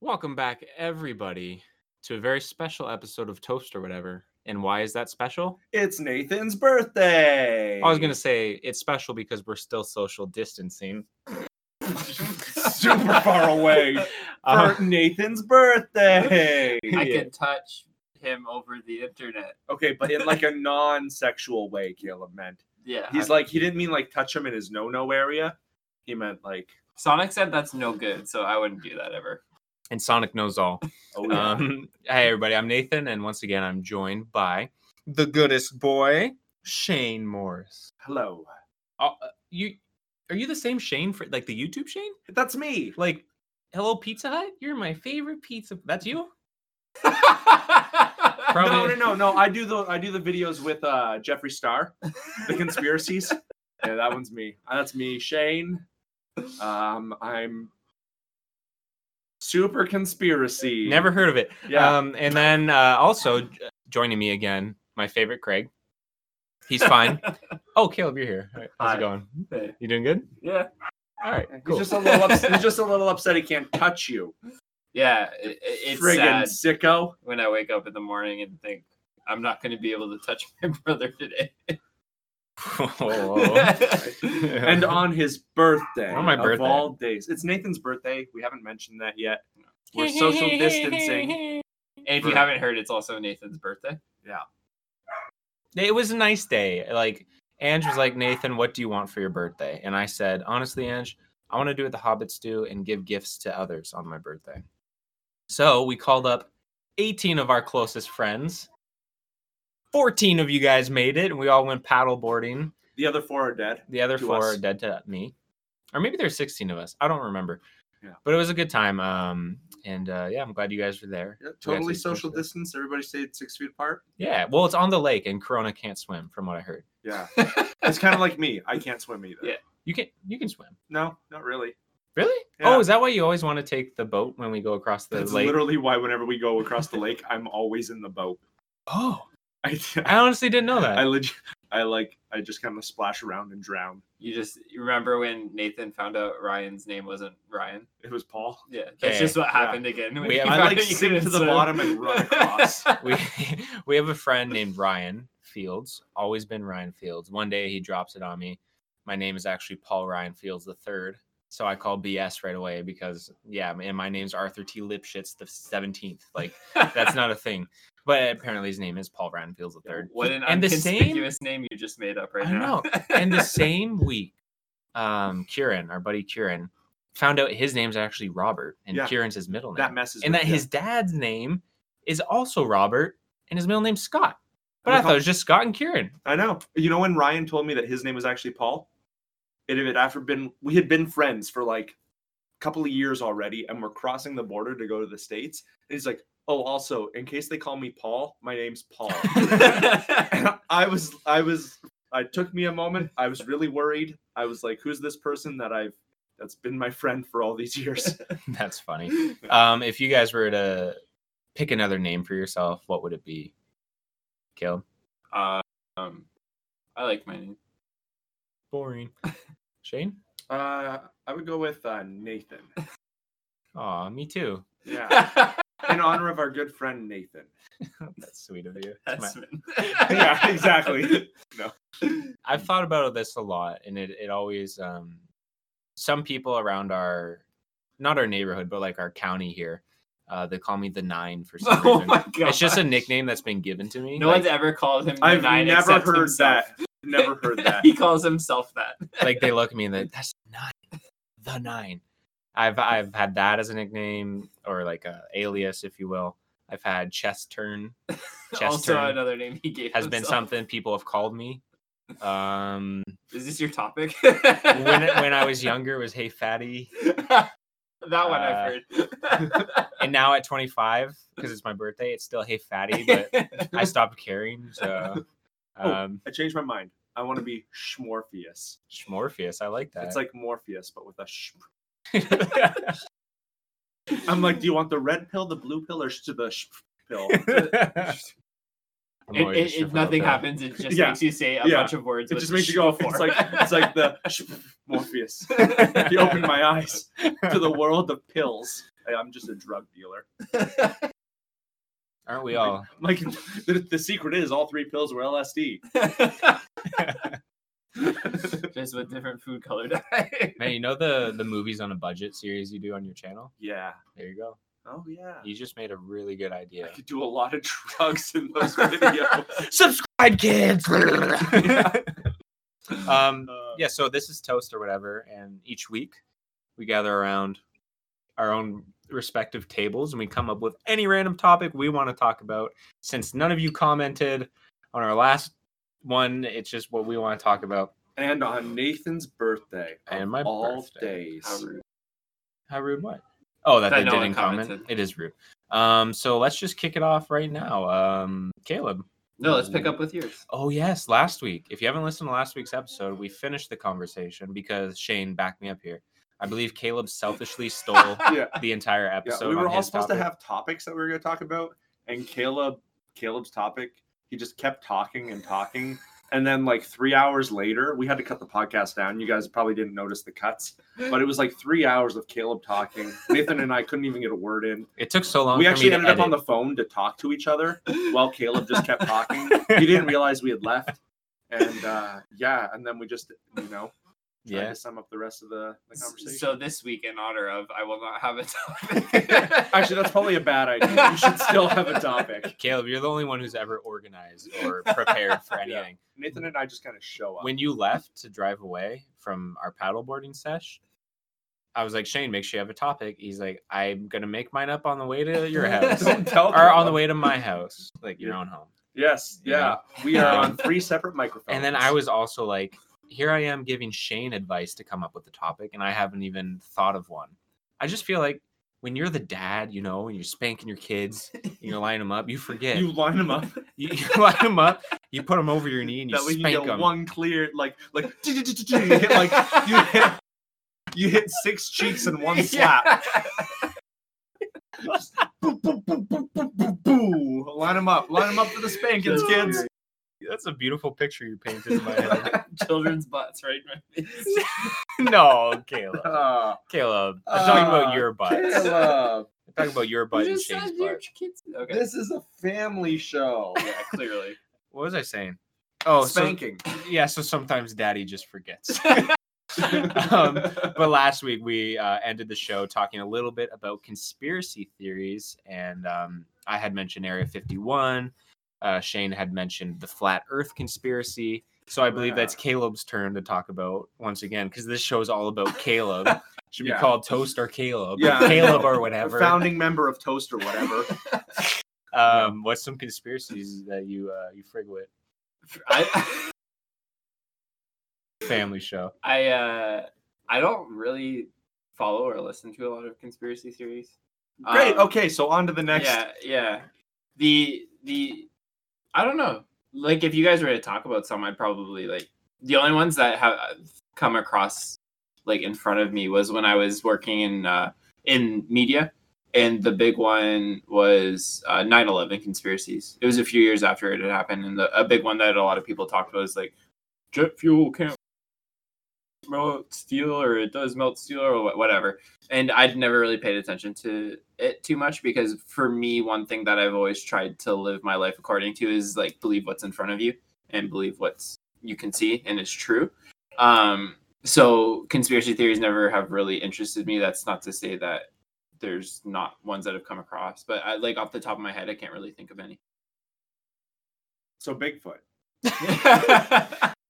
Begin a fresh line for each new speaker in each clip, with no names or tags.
Welcome back, everybody, to a very special episode of Toast or whatever. And why is that special?
It's Nathan's birthday.
I was gonna say it's special because we're still social distancing.
super far away for
Uh,
Nathan's birthday.
I
Yeah.
can touch him over the internet.
Okay, but in like a non-sexual way, Caleb meant.
Yeah.
He's like he didn't mean like touch him in his no-no area. He meant like
Sonic said that's no good, so I wouldn't do that ever.
and Sonic knows all.
oh yeah.
Um, hey, everybody, I'm Nathan, and once again, I'm joined by the goodest boy, Shane Morris.
hello.
Uh, you are you the same Shane for like the YouTube Shane?
That's me.
Like, hello, Pizza Hut. You're my favorite pizza. That's you.
No,
Probably-
no, no, no. I do the I do the videos with uh Jeffree Star, the conspiracies. yeah, that one's me. Uh, That's me, Shane. Um, I'm super conspiracy.
Never heard of it.
Yeah.
Um, and then uh, also j- joining me again, my favorite Craig. He's fine. oh, Caleb, you're here. All right, how's
Hi.
it going?
Hey,
You doing good?
yeah.
All right.
He's
Cool.
just a little ups- he's just a little upset he can't touch you.
Yeah. It, it- it's
Friggin'
sad
sicko.
when I wake up in the morning and think I'm not going to be able to touch my brother today.
Oh,
Whoa.
And
um,
on his birthday,
On my
of
birthday.
all days, it's Nathan's birthday. We haven't mentioned that yet. We're social distancing.
And if you
Right.
haven't heard, it's also Nathan's birthday.
it was a nice day. Like Ange was like, Nathan, what do you want for your birthday? And I said, honestly, Ange, I want to do what the hobbits do and give gifts to others on my birthday. So we called up 18 of our closest friends. 14 of you guys made it, and we all went paddle boarding.
The other four are dead.
The other
To
four
us.
are dead to me, or maybe there's 16 of us. I don't remember.
Yeah.
But it was a good time. Um, and uh, yeah, I'm glad you guys were there.
Yeah,
You guys
totally
did
social
social dis-
distance. Everybody stayed six feet apart.
Yeah. Well, it's on the lake, and Corona can't swim, from what I heard.
Yeah, it's kind of like me. I can't swim either.
Yeah.
You can you can swim.
No, not really.
Really?
Yeah.
Oh, is that why you always want to take the boat when we go across the
That's
lake?
literally why whenever we go across the lake, I'm always in the boat.
oh,
I,
I honestly didn't know that.
I legit, I like, I just kind of splash around and drown.
You just you remember when Nathan found out Ryan's name wasn't Ryan?
It was Paul.
Yeah, that's
Yeah.
just what
Yeah.
happened again. when
We
he
have-
I,
found
like,
out you
sink
couldn't
to the
swim.
bottom and run across.
we we have a friend named Ryan Fields. Always been Ryan Fields. One day he drops it on me. My name is actually Paul Ryan Fields the third. So I call BS right away because yeah, and my name's Arthur T. Lipschitz the seventeenth. Like that's not a thing. But apparently his name is Paul Ryan Fields the third.
What an
And the same-
unconspicuous name you just made up right
I
now.
and the same week, um, Kieran, our buddy Kieran, found out his name's actually Robert, and
Yeah.
Kieran's his middle name,
Oh, That messes.
and
with
that
you.
his dad's name is also Robert, and his middle name's Scott. But
We
I
call-
thought it was just Scott and Kieran.
I know. You know when Ryan told me that his name was actually Paul? It had after been we had been friends for like a couple of years already, and we're crossing the border to go to the States. And he's like, Oh, also, in case they call me Paul, my name's Paul. and I was I was I took me a moment. I was really worried. I was like, who's this person that I've that's been my friend for all these years?
That's funny. Um, if you guys were to pick another name for yourself, what would it be? Caleb.
Uh, um, I like my name.
Boring. Shane.
Uh I would go with uh, Nathan.
Aw, me too.
Yeah. In honor of our good friend Nathan.
That's sweet of you. It's my-
That's-
Yeah, exactly.
I've thought about this a lot, and it it always um, some people around our not our neighborhood, but like our county here, uh, they call me the Nine for some
Oh
reason.
my god.
It's just a nickname that's been given to me.
No
like,
one's ever called him. the
I've
nine
never
except
heard
himself.
that. Never heard that.
he calls himself that.
like they look at me and they that's the Nine, the Nine. I've I've had that as a nickname or like a alias, if you will. I've had chest turn
also,
turn
another name he gave
has been
himself.
something people have called me. Um,
Is this your topic?
when when I was younger, it was hey fatty.
that one I've
Uh,
heard.
and now at 25 because it's my birthday it's still hey fatty but i stopped caring so
Oh.
um
I changed my mind. I want to be Schmorpheus.
Morpheus, I like that.
It's like Morpheus, but with a sh. I'm like, do you want the red pill, the blue pill, or sh- the sh pill?
I'm
It-
always just
it- if
shriveling
nothing
up.
happens, it just
Yeah.
makes you say a
Yeah.
bunch of words.
It
with
just makes you go.
for.
It's like it's like the sh- Morpheus. He opened my eyes to the world of pills. "Hey, I'm just a drug dealer.
Aren't we all?
I'm Like the, the secret is all three pills were LSD.
Just with different food color dye.
Man, you know the the movies on a budget series you do on your channel?
yeah.
There you go.
Oh yeah.
You just made a really good idea.
I could do a lot of drugs in those videos.
Subscribe, kids. um,
Uh,
yeah. So this is toast or whatever, and each week we gather around our own respective tables and we come up with any random topic we want to talk about. Since none of you commented on our last one, it's just what we want to talk about.
And on Nathan's birthday. of
And my
all
birthday.
days.
How rude.
How rude what? Oh, that,
That
they
no one
didn't comment.
commented.
It is rude. Um, so let's just kick it off right now. Um, Caleb.
No, let's pick up with yours.
Oh yes, last week. If you haven't listened to last week's episode, we finished the conversation because Shane backed me up here. I believe Caleb selfishly stole
Yeah.
the entire
Yeah,
episode.
we were
on
all
his
supposed to
topic.
have topics that we were going to talk about, and Caleb, Caleb's topic, he just kept talking and talking, and then like three hours later, we had to cut the podcast down. You guys probably didn't notice the cuts, but it was like three hours of Caleb talking. Nathan and I couldn't even get a word in.
It took so long.
We
for
actually
me
ended
to
up on the
edit.
phone to talk to each other while Caleb just kept talking. He didn't realize we had left, and uh, yeah, and then we just you know tried
Yeah.
to sum up the rest of the, the conversation.
So this week, in honor of, I will not have a topic.
Actually, that's probably a bad idea. You should still have a topic.
Caleb, you're the only one who's ever organized or prepared for
Yeah.
anything.
Nathan and I just kind of show up.
When you left to drive away from our paddleboarding sesh, I was like, Shane, make sure you have a topic. He's like, I'm gonna make mine up on the way to your house.
Don't tell
or on
people.
the way to my house, like your
Yeah.
own home.
Yes,
You know?
yeah. We are on three separate microphones.
And then I was also like, here I am giving Shane advice to come up with a topic, and I haven't even thought of one. I just feel like when you're the dad, you know, and you're spanking your kids, and you're lining them up, you forget.
You
You,
line them up.
you, line them up, you put them over your knee, and you
that way you
spank
get
them.
one clear, like, like, you hit like you hit, you hit six cheeks in one slap. Just boo, boo, boo, boo, boo, boo, boo. Line them up. Line them up for the spankings, kids.
That's a beautiful picture you painted in my head.
Children's butts, right? in my face.
no, Caleb.
Uh,
Caleb, I'm talking
Ah,
about your butt. I'm
Caleb,
talking about your butt and Shane's butt.
Okay.
this is a family show.
yeah, clearly.
What was I saying? Oh, so,
Spanking.
yeah. So sometimes Daddy just forgets. um, but last week we uh, ended the show talking a little bit about conspiracy theories, and um, I had mentioned Area 51. Uh, Shane had mentioned the flat Earth conspiracy. So I believe
Yeah.
that's Caleb's turn to talk about once again because this show is all about Caleb. Should
Yeah.
be called Toast or Caleb,
Yeah,
yeah,
I
Caleb or
A
whatever.
founding member of Toast or whatever.
um, what's some conspiracies that you uh, you frig with?
I,
Family show.
I, uh, I don't really follow or listen to a lot of conspiracy theories.
Great.
Um,
Okay, so on to the next.
Yeah, yeah. The the I don't know. Like if you guys were to talk about some, I'd probably like the only ones that have I've come across like in front of me was when I was working in uh, in media, and the big one was uh, 9/11 conspiracies. It was a few years after it had happened, and the, a big one that a lot of people talked about is like jet fuel can't melt steel or it does melt steel or wha- whatever and i'd never really paid attention to it too much because for me one thing that i've always tried to live my life according to is like believe what's in front of you and believe what's you can see and it's true um so conspiracy theories never have really interested me that's not to say that there's not ones that have come across but I, like off the top of my head i can't really think of any
So Bigfoot.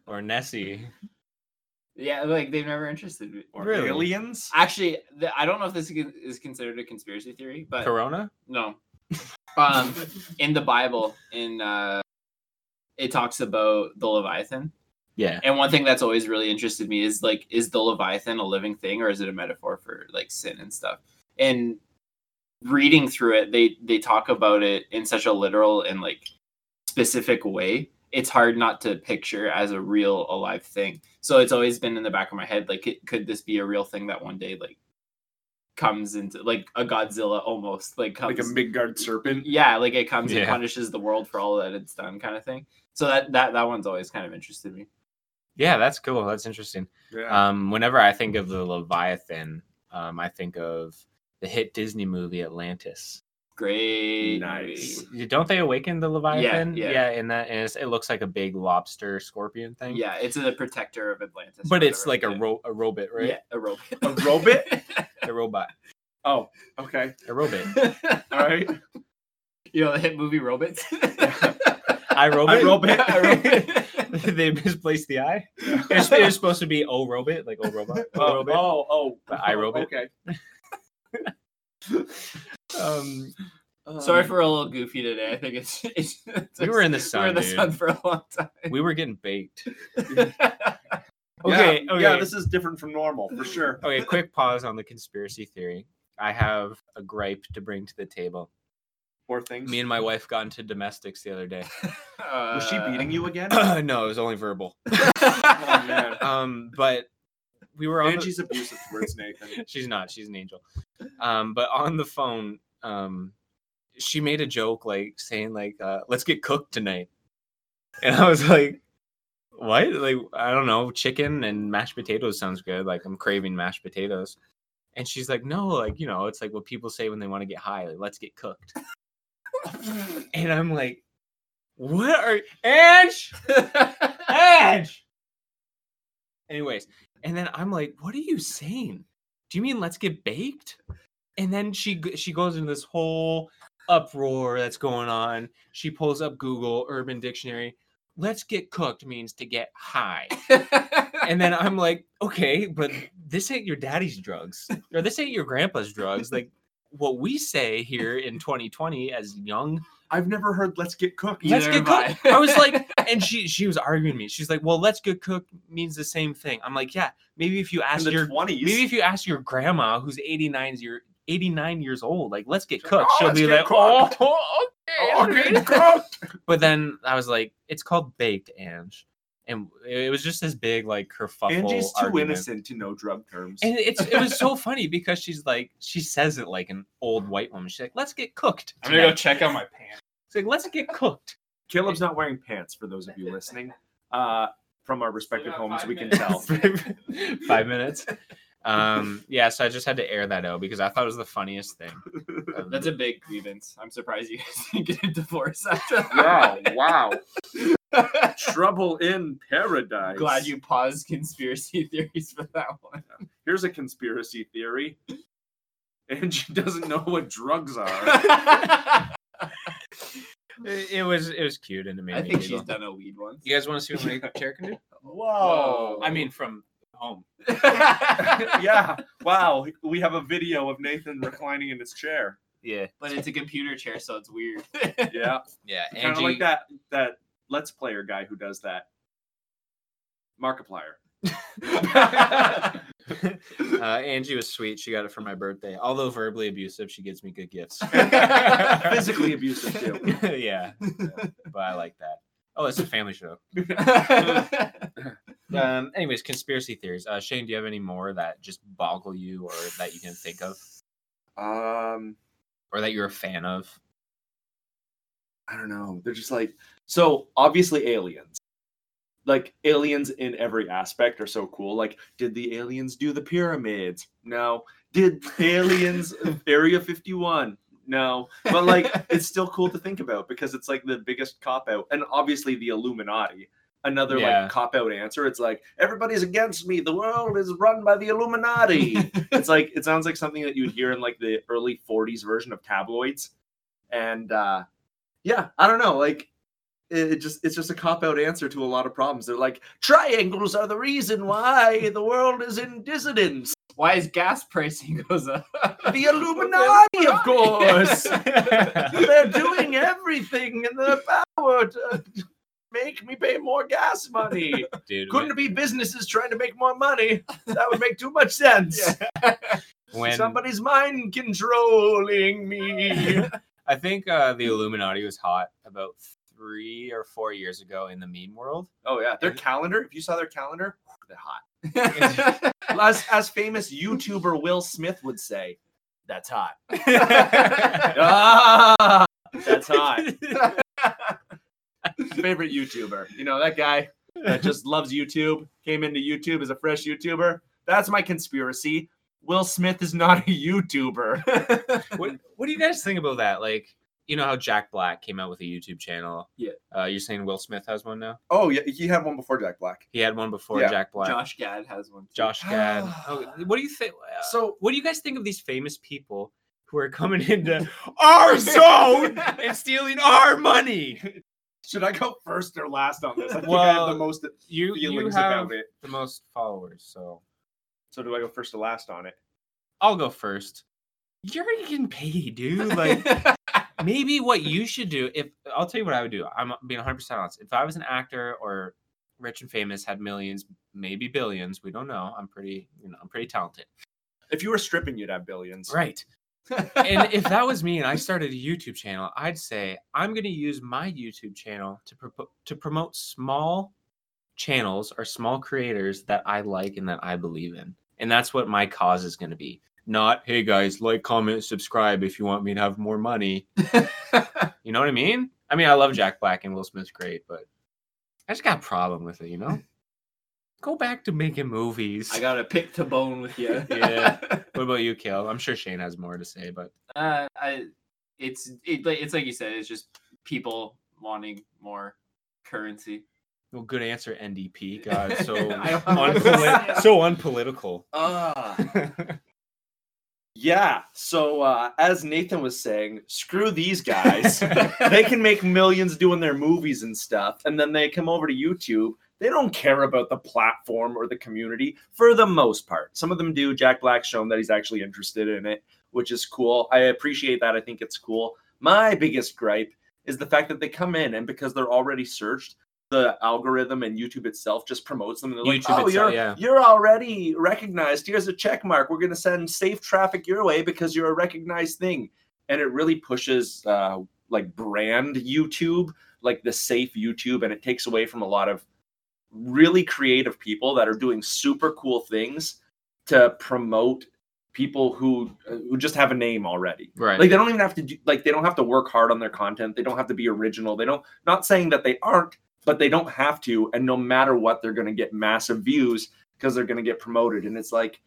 Or Nessie.
yeah like they've never interested me
Or
Really?
aliens?
Actually, th- I don't know if this is considered a conspiracy theory, but
Corona?
no. Um, in the Bible, in uh, it talks about the Leviathan,
Yeah.
and one thing that's always really interested me is like, is the Leviathan a living thing, or is it a metaphor for like sin and stuff? And reading through it, they they talk about it in such a literal and like specific way. It's hard not to picture as a real alive thing. So it's always been in the back of my head, like, it, could this be a real thing that one day like comes into like a Godzilla almost like comes
Like a Midgard serpent?
yeah like it comes and
Yeah.
punishes the world for all that it's done kind of thing so that that that one's always kind of interested me
Yeah, that's cool.
Uh,
That's interesting.
Yeah.
Um, whenever I think of the Leviathan, um, I think of the hit Disney movie Atlantis.
Great.
Nice.
movie.
Y- Don't they awaken the Leviathan?
yeah.
and that and it's, it looks like a big lobster scorpion thing.
Yeah, it's the protector of Atlantis.
but
or
it's like
whatever.
a ro- a robot, right?
Yeah, a robot.
A robot?
A robot,
Oh, okay. Uh,
a robot.
All right.
You know the hit movie Robots.
I robot.
I, robot.
I robot.
they misplaced the I. It's, it's supposed to be O robot, like O robot. O
Oh,
robot.
oh, oh,
The iRobot.
Okay.
Um,
Sorry
Um,
for a little goofy today. I think it's, it's, it's
we were in the
we
sun.
were in the
dude.
sun for a long time.
We were getting baked.
yeah,
Okay,
Yeah,
okay.
this is different from normal for sure.
Okay, quick pause on the conspiracy theory. I have a gripe to bring to the table.
Poor things.
Me and my wife got into domestics the other day.
Was she
uh,
beating you again?
no, it was only verbal.
oh man.
Um, but we were on. the-
Angie's abusive towards Nathan.
she's not. She's an angel. Um, but on the phone, um, she made a joke like saying like, uh, "Let's get cooked tonight," and I was like, "What? Like, I don't know. Chicken and mashed potatoes sounds good. Like, I'm craving mashed potatoes." And she's like, "No, like you know, it's like what people say when they want to get high. Like, let's get cooked." and I'm like, "What are Ange?
Uh,
Ange?" Anyways, and then I'm like, "What are you saying? Do you mean let's get baked?" And then she g- she goes into this whole uproar that's going on. She pulls up Google Urban Dictionary. Let's get cooked means to get high. And then I'm like, "Okay, but this ain't your daddy's drugs or this ain't your grandpa's drugs. Like what we say here in 2020 as young
I've never heard let's get cooked.
Let's
Neither
get
have
cooked. I was like, and she she was arguing with me. She's like, well, let's get cooked means the same thing. I'm like, yeah, maybe if you
in
ask
the
your
twenties.
maybe if you ask your grgrandma who's 89 year 89 years old, like let's get
She's like,
cooked.
"Oh,
She'll
let's
be like,
get
oh,
cooked."
okay,
Oh,
okay."
get cooked.
But then I was like, it's called baked, Ange, and it was just this big like kerfuffle.
Angie's too
argument.
innocent to know drug terms.
And it's it was so funny because she's like she says it like an old white woman. She's like, let's get cooked.
I'm gonna go
tonight."
check out my pants.
She's like, let's get cooked.
Caleb's not wearing pants for those of you listening. Uh, from our respective
got
homes,
five
we can
minutes.
tell.
five minutes. Um, yeah, so I just had to air that out because I thought it was the funniest thing. Um,
That's a big grievance. I'm surprised you guys didn't get a divorce after
wow,
that.
wow. Trouble in paradise.
Glad you paused conspiracy theories for that one.
Here's a conspiracy theory. Angie doesn't know what drugs are.
I
it, it was it was cute and it made me
think
giggle.
she's done a weed once.
You guys want to see what my chair can do?
Whoa.
I mean, from home.
but
yeah. Wow. We have a video of Nathan reclining in his chair.
Yeah,
it's a computer chair, so it's weird.
Yeah.
yeah.
Kind of
Angie,
like that that Let's Player guy who does that. Markiplier.
uh, Angie was sweet. She got it for my birthday. Although verbally abusive, she gives me good gifts.
Physically abusive too.
yeah, yeah, but I like that. Oh, it's a family show. Um, anyways, conspiracy theories. Uh, Shane, do you have any more that just boggle you or that you can think of
Um,
or that you're a fan of?
I don't know. They're just like so obviously aliens. Like aliens in every aspect are so cool. Like, did the aliens do the pyramids? No. Did aliens Area 51? No. But like it's still cool to think about because it's like the biggest cop out. And obviously the Illuminati. Another
Yeah.
like cop out answer. It's like, everybody's against me. The world is run by the Illuminati it's like it sounds like something that you would hear in like the early 40s version of tabloids and uh yeah i don't know like it, it just it's just a cop out answer to a lot of problems they're like triangles are the reason why the world is in dissidence
Why is gas pricing goes up?
the illuminati of course
yeah,
they're doing everything in their power to make me pay more gas money
dude.
couldn't it be businesses trying to make more money that would make too much sense
Yeah.
when,
Somebody's mind controlling me.
I think uh, the Illuminati was hot about three or four years ago in the meme world.
oh yeah, their
Yeah.
calendar. If you saw their calendar, they're hot. As as famous YouTuber Will Smith would say, "That's hot." ah, that's hot. Favorite YouTuber. You know that guy that just loves YouTube. Came into YouTube as a fresh YouTuber. That's my conspiracy.
Will Smith is not a YouTuber.
what What do you guys think about that? Like, you know how Jack Black came out with a YouTube channel.
Yeah.
Uh, you're saying Will Smith has one now?
Oh yeah, he had one before Jack Black.
He had one before
Yeah. Ah.
Jack Black.
Josh Gad has one. too.
Josh Gad. Oh, what do you think?
So-
what do you guys think of these famous people who are coming into our zone and stealing our money?
Should I go first or last on this? I think I
Well,
have the most
You you
feelings
have
about it.
the most followers, so
So do I go first or last on it?
I'll go first. You're already getting paid, dude. Like maybe what you should do if I'll tell you what I would do. I'm being 100% honest. If I was an actor or rich and famous, had millions, maybe billions, we don't know. I'm pretty, you know, I'm pretty talented.
If you were stripping, you'd have billions.
Right. and if that was me and I started a YouTube channel, I'd say I'm going to use my YouTube channel to propo to promote small channels or small creators that I like and that I believe in. And that's what my cause is going to be. Not, hey guys, like, comment, subscribe if you want me to have more money. You know what I mean? I mean, I love Jack Black and Will Smith's great, but I just got a problem with it, you know? Go back to making movies.
I got a pick to bone with you.
Yeah. what about you, Kale? I'm sure Shane has more to say, but
Uh, I, it's it, like it's like you said. It's just people wanting more currency.
Well, good answer, NDP. God, so
I don't-
unpoli- so unpolitical.
Ah.
Yeah. So uh, as Nathan was saying, screw these guys. they can make millions doing their movies and stuff, and then they come over to YouTube. They don't care about the platform or the community for the most part. Some of them do. Jack Black's shown that he's actually interested in it, which is cool. I appreciate that. I think it's cool. My biggest gripe is the fact that they come in and because they're already searched, the algorithm and YouTube itself just promotes them. And they're
YouTube
like, oh,
itself,
you're,
yeah.
you're already recognized. Here's a check mark. We're going to send safe traffic your way because you're a recognized thing. And it really pushes uh, like brand YouTube, like the safe YouTube, and it takes away from a lot of really creative people that are doing super cool things to promote people who uh, who just have a name already.
Right.
Like they don't even have to do, like they don't have to work hard on their content. They don't have to be original. They don't not saying that they aren't, but they don't have to and no matter what they're going to get massive views because they're going to get promoted and it's like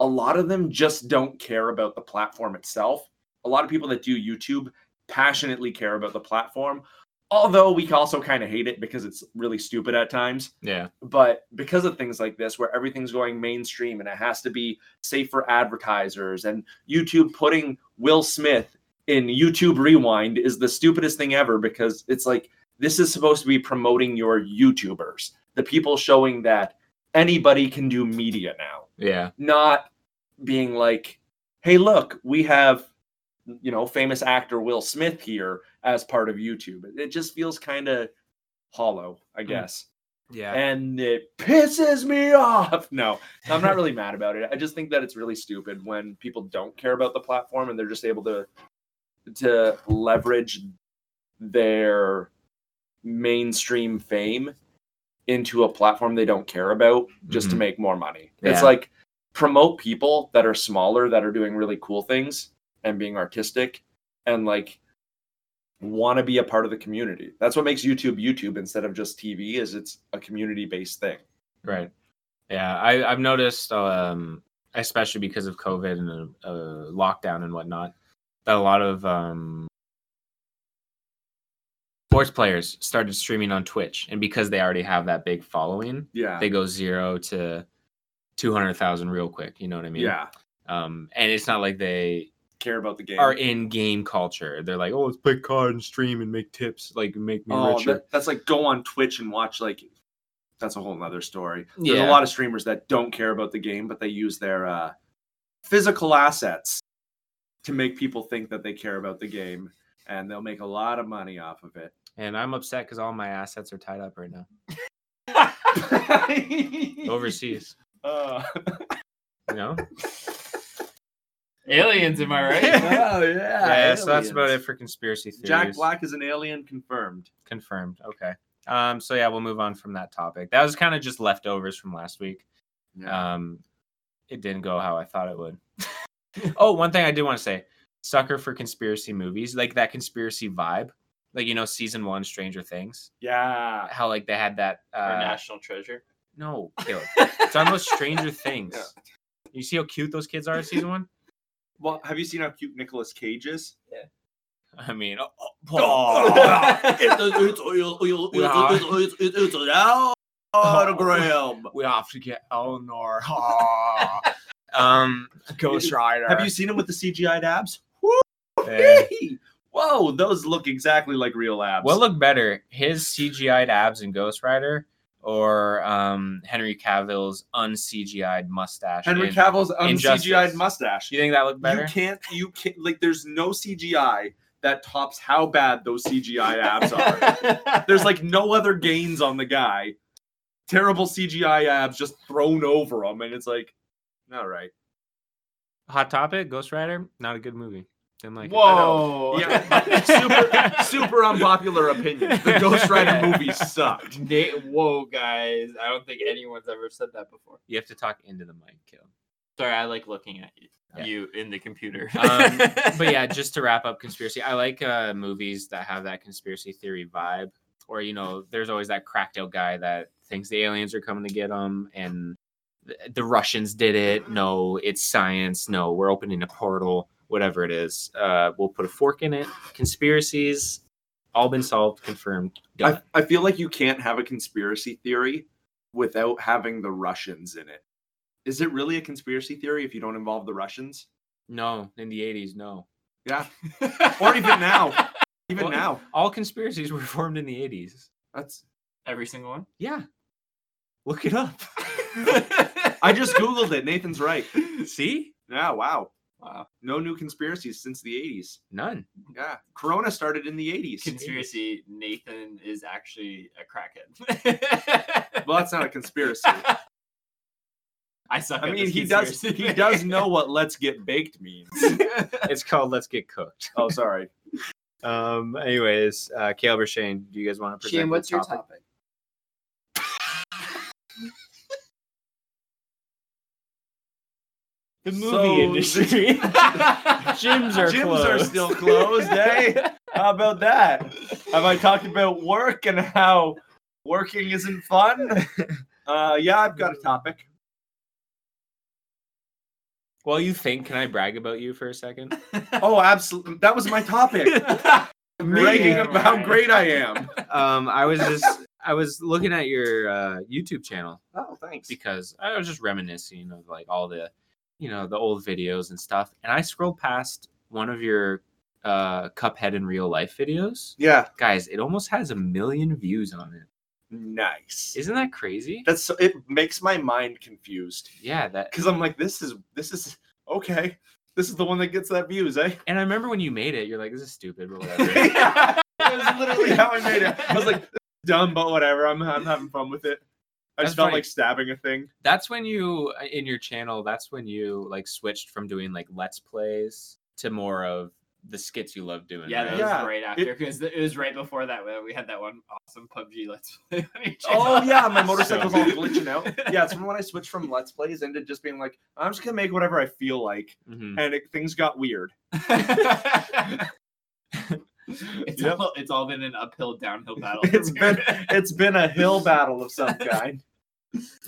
a lot of them just don't care about the platform itself. A lot of people that do YouTube passionately care about the platform. Although we also kind of hate it because it's really stupid at times
yeah.
but because of things like this where everything's going mainstream and it has to be safe for advertisers and youtube putting will smith in youtube rewind is the stupidest thing ever because it's like this is supposed to be promoting your youtubers the people showing that anybody can do media now
Yeah.
not being like, hey, look, we have, you know, famous actor Will Smith here as part of YouTube. It- It just feels kind of hollow, I guess.
Yeah.
And it pisses me off. No, I'm not really mad about it. I just think that it's really stupid when people don't care about the platform and they're just able to to leverage their mainstream fame into a platform they don't care about just to
Mhm.
make more money.
Yeah.
It's like promote people that are smaller that are doing really cool things and being artistic and like want to be a part of the community. That's what makes YouTube YouTube instead of just TV is it's a community based thing.
Right. Yeah. I, I've noticed, um, especially because of COVID and uh, uh, lockdown and whatnot, that a lot of um, sports players started streaming on Twitch, and because they already have that big following,
Yeah.
they go zero to two hundred thousand real quick. You know what I mean?
yeah.
Um, and it's not like they
Care about the game. Oh,
are in game culture. They're like, oh, let's play COD and stream and make tips, like make me
oh,
richer.
that, that's like go on Twitch and watch like that's a whole nother story. There's
Yeah.
a lot of streamers that don't care about the game, but they use their uh, physical assets to make people think that they care about the game, and they'll make a lot of money off of it.
and I'm upset because all my assets are tied up right now overseas.
Uh,
You know?
Aliens, am I right?
yeah,
yeah. So that's about it
aliens.
for conspiracy theories.
Jack Black is an alien confirmed.
confirmed. Okay. Um. So yeah, we'll move on from that topic. That was kind of just leftovers from last week. Um, it didn't go how I thought it would. oh, one thing I did want to say: sucker for conspiracy movies, like that conspiracy vibe, like you know, season one, Stranger Things.
yeah.
How like they had that
Our
uh,
national treasure.
No, Caleb. It's almost Stranger Things. You see how cute those kids are in season one?
Well, have you seen how cute Nicolas Cage is?
I mean, oh,
oil, oil,
oh, We are-
oil, it's, it's an autogram.
we have to get Eleanor. Ah. um, Ghost Rider.
Have you seen him with the CGI abs?
Yeah.
Hey! Whoa, those look exactly like real abs.
What looked better, his CGI'd abs in Ghost Rider, or um, Henry Cavill's un-CGI'd mustache?
Henry
in-
Cavill's
Injustice.
un-CGI'd mustache.
Do you think that looked
You
better?
can't. You can't. Like, there's no CGI that tops how bad those CGI abs are. there's like no other gains on the guy. Terrible CGI abs just thrown over him, and it's like, all right.
Hot Topic, Ghost Rider, not a good movie. Didn't like it.
Whoa.
Yeah, super, super unpopular opinion. The Ghost Rider movie sucked.
They, whoa, guys! I don't think anyone's ever said that before.
You have to talk into the mic, kill.
Sorry, I like looking at you,
Yeah.
you in the computer.
Um, but yeah, just to wrap up conspiracy, I like uh, movies that have that conspiracy theory vibe. Or you know, there's always that cracktail guy that thinks the aliens are coming to get him, and th- the Russians did it. No, it's science. No, we're opening a portal. Whatever it is, uh, we'll put a fork in it. Conspiracies, all been solved, confirmed, done.
I, I feel like you can't have a conspiracy theory without having the Russians in it. Is it really a conspiracy theory if you don't involve the Russians?
no, in the '80s, no.
Yeah, or even now. even
Well,
now.
All conspiracies were formed in the '80s.
That's.
Every single one.
Yeah, look it up.
I just googled it. Nathan's right.
See,
Yeah, wow.
wow.
No new conspiracies since the 80s.
none.
Yeah, Corona started in the 80s.
Conspiracy. Nathan is actually a crackhead.
Well, that's not a conspiracy.
I suck.
I
at
mean,
this
he does.
conspiracy
He does know what "let's get baked" means.
it's called Let's Get Cooked.
Oh, sorry.
Um. Anyways, uh, Caleb or Shane, do you guys want to present?
Shane,
the
what's your
topic?
topic?
The movie
So-
industry. Gyms are
Gyms are
closed.
still closed, eh? How about that? Have I talked about work and how working isn't fun? Uh, yeah, I've got a topic.
While you think, can I brag about you for a second?
Oh, absolutely. That was my topic. Bragging about how great I am.
Um. I was just. I was looking at your uh, YouTube channel
Oh, thanks.
because I was just reminiscing of like all the, you know, the old videos and stuff, and I scrolled past one of your uh Cuphead in real life videos.
Yeah.
Guys, it almost has a million views on it.
Nice.
Isn't that crazy?
That's so, it. Makes my mind confused
yeah, that
because I'm like, this is this is okay. This is the one that gets that views, eh?
And I remember when you made it, you're like, "This is stupid," but whatever.
that was literally how I made it. I was like, "This is dumb, but whatever. I'm I'm having fun with it. I
That's
just felt
funny.
like stabbing a thing.
that's when you, uh, in your channel, that's when you like switched from doing like let's plays to more of the skits you love doing.
Yeah, that
right?
was
Yeah,
right after because it was right before that where we had that one awesome PUBG Let's Play. on your
Oh
channel.
yeah, my motorcycle's all
good.
glitching out. Yeah, it's from when I switched from Let's Plays into just being like, I'm just gonna make whatever I feel like,
Mhm.
and it, things got weird.
it's,
Yep.
all, it's all been an uphill downhill battle.
It's been it's been a hill battle of some kind.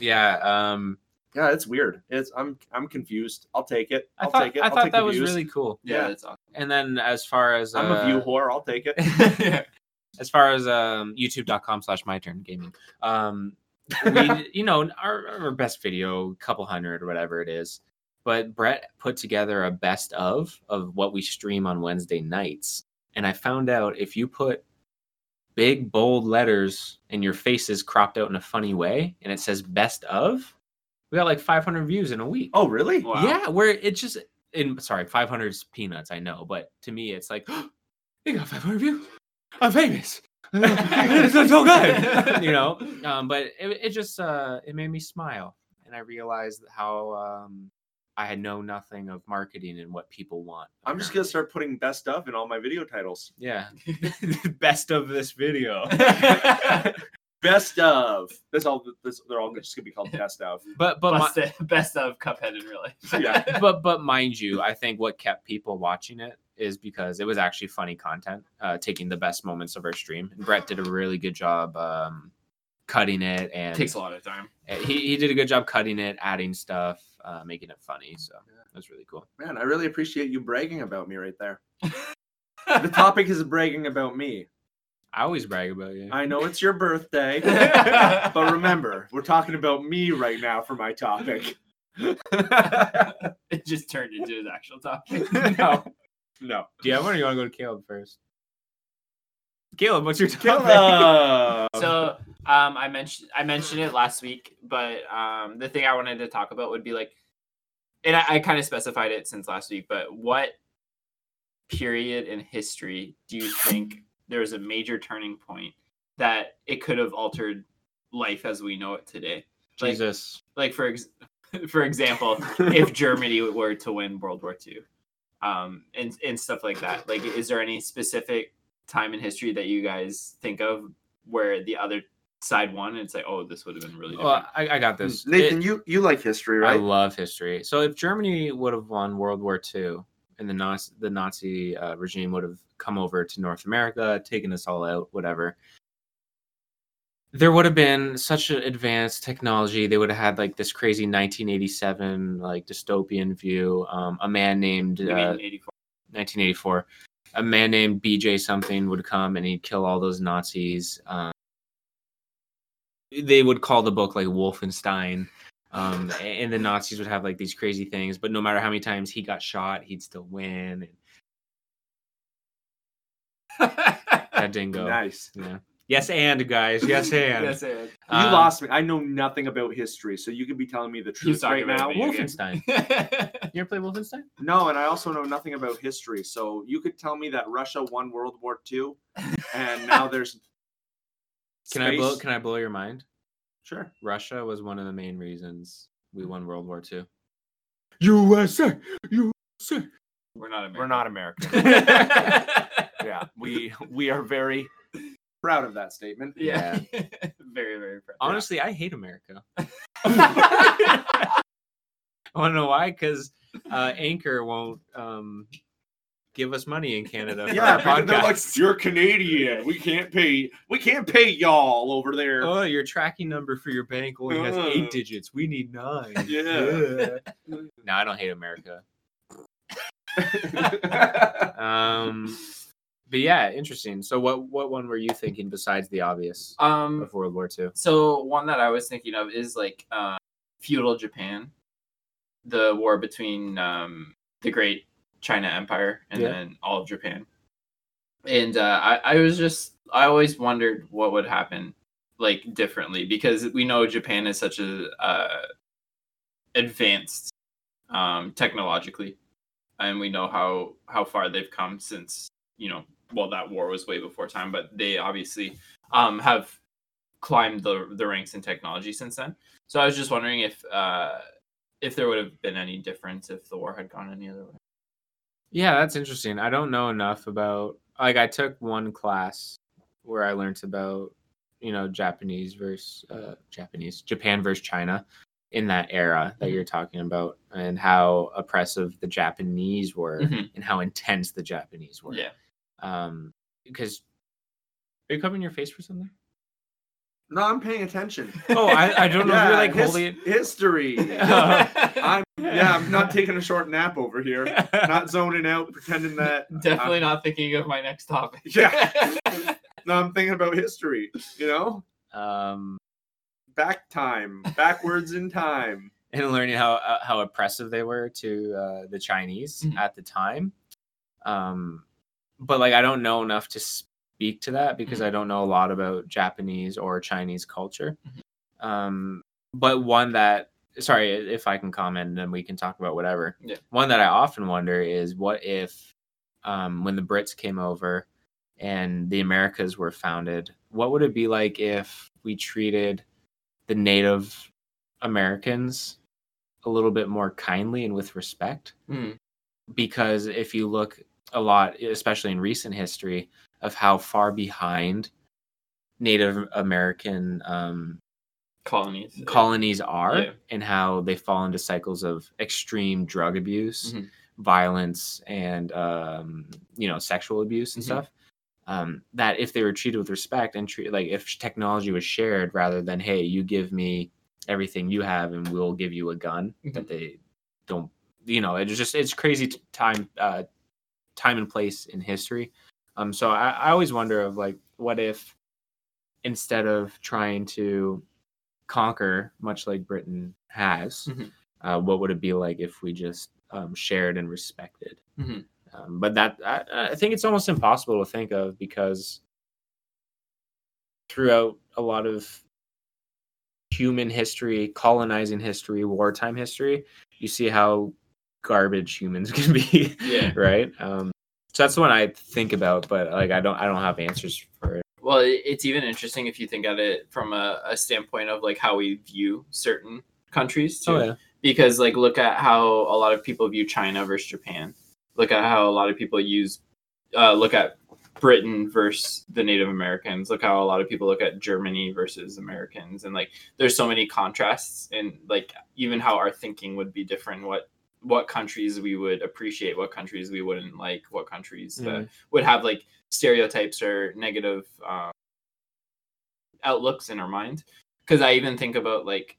yeah. Um,
Yeah, it's weird. It's I'm I'm confused. I'll take it.
I
I'll
thought
take it.
I
I'll
thought
take
that
the
was
views.
really cool.
yeah,
yeah.
that's awesome.
And then as far as
I'm a view
uh,
whore. I'll take it.
as far as um, YouTube.com/slash My Turn Gaming, um, we, you know, our, our best video, couple hundred or whatever it is. But Brett put together a best of of what we stream on Wednesday nights, and I found out if you put big bold letters and your faces cropped out in a funny way, and it says best of, we got like 500 views in a week.
oh really?
Wow.
Yeah, where it just in sorry, 500 is peanuts, I know, but to me it's like they got 500 views. I'm famous. it's so good, you know. Um, but it, it just uh, it made me smile, and I realized how um, I had know nothing of marketing and what people want.
I'm just gonna
apparently.
start putting best of in all my video titles.
yeah, best of this video.
Best of. That's all. This, they're all just gonna be called best of.
But but my,
best, best of Cuphead in real life.
Yeah.
but but mind you, I think what kept people watching it is because it was actually funny content, uh, taking the best moments of our stream. And Brett did a really good job um, cutting it and
takes a lot of time.
Eh, he, he did a good job cutting it, adding stuff, uh, making it funny. So
Yeah.
that's really cool.
Man, I really appreciate you bragging about me right there. The topic is bragging about me.
I always brag about you.
I know it's your birthday, but
but
remember, we're talking about me right now for my topic.
it just turned into his actual topic.
no, no.
Do you have one or you want to go to Caleb first? Caleb, what's your topic?
Caleb.
So um, I mentioned I mentioned it last week, but um, the thing I wanted to talk about would be like, and I, I kind of specified it since last week, but what period in history do you think there was a major turning point that it could have altered life as we know it today?
uh,
Like,
Jesus.
like for ex- for example, if Germany were to win World War II, um, and and stuff like that. Like, is there any specific time in history that you guys think of where the other side won? And it's like, oh, this would have been really different.
Well, I, I got this.
Nathan,
It-
you you like history,
I
right?
love history. So if Germany would have won World War II and the Nazi, the Nazi uh, regime would have come over to North America, taken us all out, whatever, there would have been such an advanced technology. They would have had like this crazy 1987 like dystopian view. Um, a man named
You
uh,
mean 84?
1984 a man named bj something would come and he'd kill all those nazis um, they would call the book like wolfenstein um, a- and the nazis would have like these crazy things but no matter how many times he got shot he'd still win and that didn't go
Nice.
yeah. yes and guys yes and
Yes, and.
You
Um,
lost me. I know nothing about history, so you could be telling me the truth
talking
right
about
now.
me. Video game.
wolfenstein you ever play wolfenstein
No, and I also know nothing about history, so you could tell me that Russia won World War II, and now there's.
can i blow
space-
can i blow your mind
Sure.
russia was one of the main reasons we won world war ii
USA, USA.
We're not American.
We're not American. yeah, we we are very proud of that statement.
yeah. very, very proud.
honestly i hate america I want to know why? Because uh, Anchor won't um, give us money in Canada for
Yeah,
our
because they're like,
podcast.
you're Canadian. We can't pay. We can't pay y'all over there.
oh, your tracking number for your bank only has
Uh.
eight digits. We need nine.
Yeah.
Yeah. no, I don't hate America. Um, but yeah, interesting. So, what what one were you thinking besides the obvious
um,
of World War II?
So one that I was thinking of is like uh, feudal Japan, the war between um, the Great China Empire and
Yeah.
then all of Japan. And uh, I, I was just I always wondered what would happen like differently because we know Japan is such a uh, advanced um, technologically, and we know how how far they've come since you know well that war was way before time, but they obviously um, have climbed the the ranks in technology since then. So I was just wondering if uh, if there would have been any difference if the war had gone any other way.
Yeah, that's interesting. I don't know enough about like I took one class where I learned about you know Japanese versus uh, Japanese Japan versus China in that era that you're talking about and how oppressive the Japanese were
Mhm.
and how intense the Japanese were.
Yeah.
Um, because are you covering your face for something?
no, I'm paying attention.
Oh, I, I don't know if you're like
his-
holding.
history. I'm yeah, I'm not taking a short nap over here. Not zoning out, pretending that
Definitely not thinking of my next topic.
Yeah. no, I'm thinking about history. You know,
Um,
back time, backwards in time.
and learning how uh, how oppressive they were to uh, the Chinese
Mhm.
at the time. Um, but like I don't know enough to speak to that because I don't know a lot about Japanese or Chinese culture. Um, but one that sorry if I can comment, and then we can talk about whatever.
Yeah.
One that I often wonder is what if um, when the Brits came over and the Americas were founded, what would it be like if we treated the Native Americans a little bit more kindly and with respect?
Mm.
Because if you look a lot, especially in recent history, of how far behind Native American um,
Colonies.
colonies are
Yeah.
and how they fall into cycles of extreme drug abuse
Mhm.
violence and um, you know sexual abuse and
Mhm.
stuff um, that if they were treated with respect and treat like if technology was shared rather than hey you give me everything you have and we'll give you a gun that they don't you know it's just it's crazy t- time uh, time and place in history um so I, I always wonder of like what if instead of trying to conquer much like britain has
Mhm.
uh, what would it be like if we just um, shared and respected
Mhm.
um, but that I, I think it's almost impossible to think of because throughout a lot of human history colonizing history wartime history you see how garbage humans can be
Yeah.
right um, so that's the one i think about but like i don't i don't have answers for it
Well, it- it's even interesting if you think at it from a, a standpoint of like how we view certain countries
Oh,
too. Because like look at how a lot of people view China versus Japan. Look at how a lot of people use uh, look at Britain versus the Native Americans. Look how a lot of people look at Germany versus Americans and like there's so many contrasts and like even how our thinking would be different what what countries we would appreciate, what countries we wouldn't like, what countries that would have like stereotypes or negative um, outlooks in our mind. Because I even think about like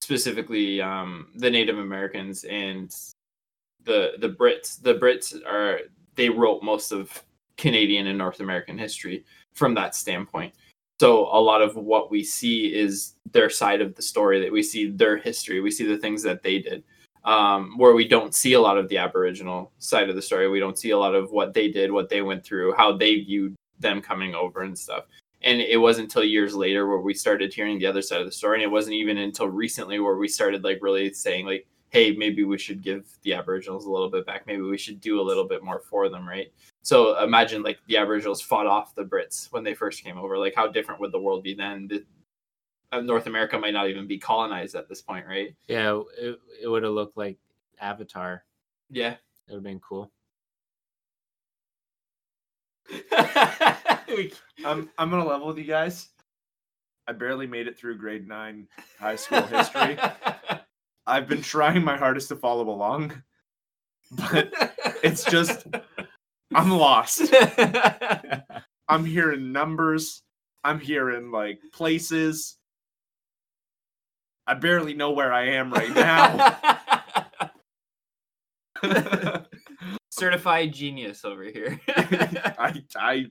specifically um, the Native Americans and the the Brits. The Brits are they wrote most of Canadian and North American history from that standpoint. So a lot of what we see is their side of the story that we see their history. We see the things that they did um, where we don't see a lot of the Aboriginal side of the story. We don't see a lot of what they did, what they went through, how they viewed them coming over and stuff. And it wasn't until years later where we started hearing the other side of the story. And it wasn't even until recently where we started like really saying like, hey, maybe we should give the Aboriginals a little bit back. Maybe we should do a little bit more for them, right? So imagine like the Aboriginals fought off the Brits when they first came over. Like how different would the world be then? The- uh, North America might not even be colonized at this point, right?
yeah it, it would have looked like avatar
Yeah.
it would have been cool
We-
I'm I'm gonna level with you guys. I barely made it through grade nine high school history. I've been trying my hardest to follow along, but it's just I'm lost. I'm hearing numbers. I'm hearing like places. I barely know where I am right now.
Certified genius over here.
I I